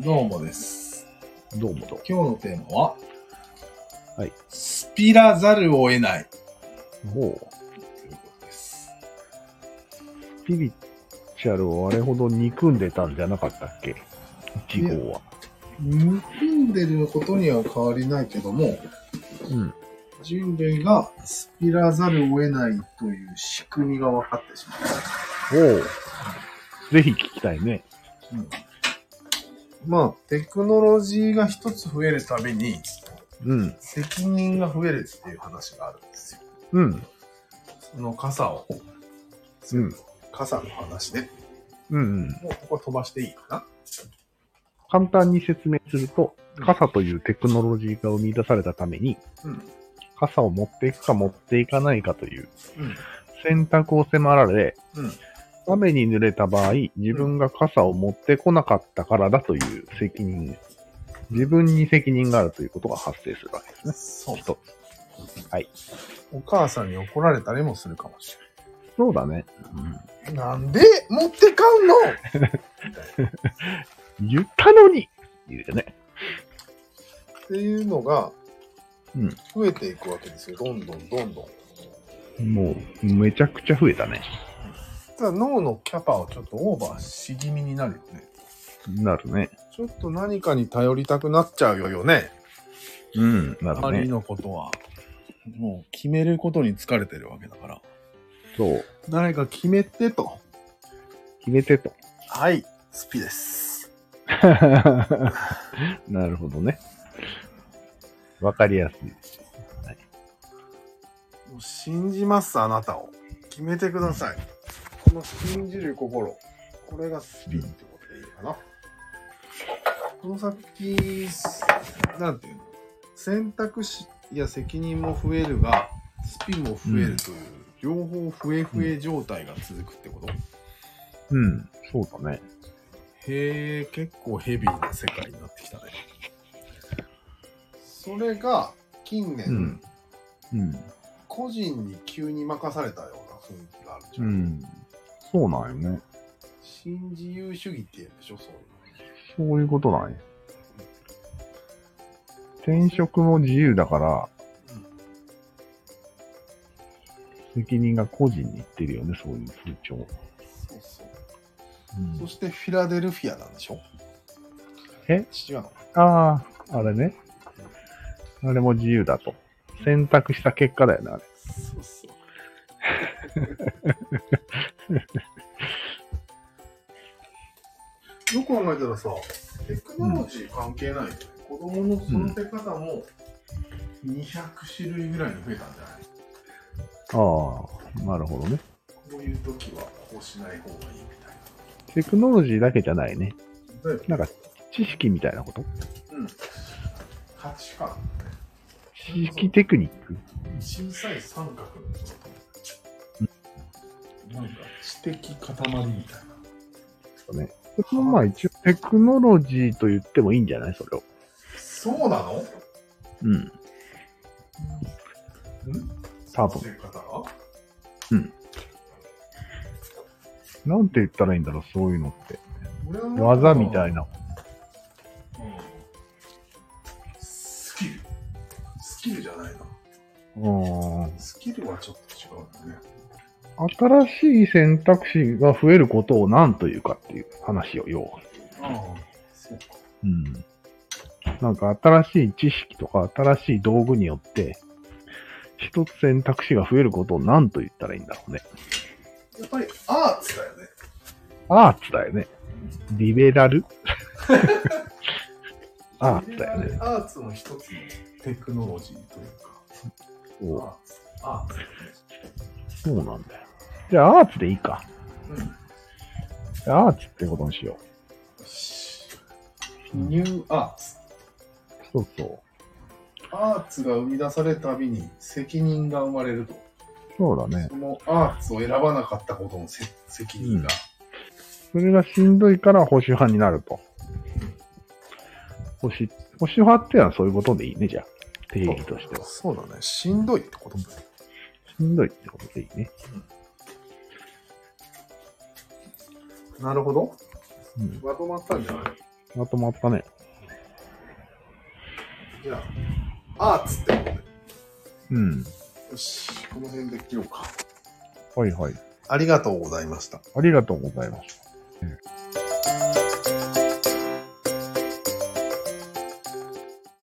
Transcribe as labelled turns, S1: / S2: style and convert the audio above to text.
S1: どうもです。
S2: どうもと。
S1: 今日のテーマは、
S2: はい。
S1: スピらざるを得ない
S2: もう、
S1: ということです。
S2: スピリチュアルをあれほど憎んでたんじゃなかったっけ一号は。
S1: 憎んでることには変わりないけども、
S2: うん。
S1: 人類がスピらざるを得ないという仕組みが分かってしまう。
S2: おう。ぜひ聞きたいね。
S1: まあ、テクノロジーが一つ増えるたびに、
S2: うん。
S1: 責任が増えるっていう話があるんですよ。
S2: うん。
S1: その傘を、
S2: うん。
S1: 傘の話ね。
S2: うん、うん。
S1: もうここは飛ばしていいかな
S2: 簡単に説明すると、傘というテクノロジーが生み出されたために、
S1: うん。
S2: 傘を持っていくか持っていかないかという
S1: うん。
S2: 選択を迫られ、
S1: うん。
S2: 雨に濡れた場合、自分が傘を持ってこなかったからだという責任、自分に責任があるということが発生するわけですね。
S1: そう
S2: 一つはい。
S1: お母さんに怒られたりもするかもし
S2: そうだね。
S1: れない。なんで持ってかんの
S2: 言ったのに言うよね。
S1: っていうのが
S2: うん。
S1: 増えていくわけですよ。どんどんどんどん。
S2: もう、めちゃくちゃ増えたね。
S1: ただ脳のキャパをちょっとオーバーし気味になるよね。
S2: なるね。
S1: ちょっと何かに頼りたくなっちゃうよね。
S2: うん。な
S1: 周
S2: る
S1: り
S2: ね。
S1: のことは。もう決めることに疲れてるわけだから。
S2: そう。
S1: 誰か決めてと。
S2: 決めてと。
S1: はい、スピです。
S2: なるほどね。わかりやすい。
S1: もう信じます、あなたを。決めてください。この信じる心。これがスピってことでいいかな。この先、なんていうの選択肢や責任も増えるが、スピも増えるという、両方増え増え状態が続くってこと、
S2: うん。そうだね。
S1: へえ、結構ヘビーな世界になってきたね。それが、近年、
S2: うん。うん。
S1: 個人に急に任されたような雰囲気があるじゃ
S2: うんん。そうなんよね。
S1: 新自由主義って言うんでしょそういう
S2: そういうことなんや。転職も自由だから、責任が個人にいってるよね、そういう風潮。
S1: のそうそうそしてフィラデルフィアなんでしょ
S2: え
S1: 違うの
S2: ああ、あれね。あれも自由だと。選択した結果だよね、あれ。
S1: そうそうよく考えたらさテクノロジー関係ないよね、子供の育て方も200種類ぐらいに増えたんじゃない
S2: ああ、なるほどね。
S1: こういう時はこうしない方がいいみたい
S2: テクノロジーだけじゃないね。
S1: な例えば
S2: なんか、知識みたいなこと
S1: 価値観
S2: 知識テクニック
S1: 小さい三角のなんか知的塊みたいな。
S2: とかね。それもまあ一応テクノロジーと言ってもいいんじゃないそれを。
S1: そうなの
S2: うん。多分。
S1: 教え方が
S2: なんて言ったらいいんだろう、そういうのって。
S1: 俺は
S2: 技みたい
S1: な。
S2: な。
S1: うんスキル。スキルじゃないな。
S2: うーん。
S1: スキルはちょっと違うんだね。
S2: 新しい選択肢が増えることを何というかっていう話を、要は。
S1: ああ、そうか。
S2: うん。なんか新しい知識とか新しい道具によって、一つ選択肢が増えることを何と言ったらいいんだろうね。
S1: やっぱりアーツだよね。
S2: アーツだよね。リベラルアーツだよね。
S1: アーツの一つのテクノロジーという
S2: そう
S1: か。アーツ。
S2: そうなんだよ。じゃあアーツでいいか。
S1: アーツ。うん。
S2: アーツってことにしよう。
S1: ニューアーツ。
S2: そうそう。
S1: アーツが生み出されるたびに責任が生まれると。
S2: そうだね。
S1: そのアーツを選ばなかったことのせ責任が。
S2: それがしんどいから保守派になると。保守、保守派っていうのはそういうことでいいね、じゃあ。定義としては。
S1: そうだね。しんどいってことだね。
S2: しんどいってことでいいね。
S1: なるほど。
S2: うん。
S1: まとまったんじゃない
S2: まとまったね。
S1: じゃあ、アーツってことで。
S2: うん。
S1: よし、この辺で切ろうか。
S2: はいはい。
S1: ありがとうございました。
S2: ありがとうございました。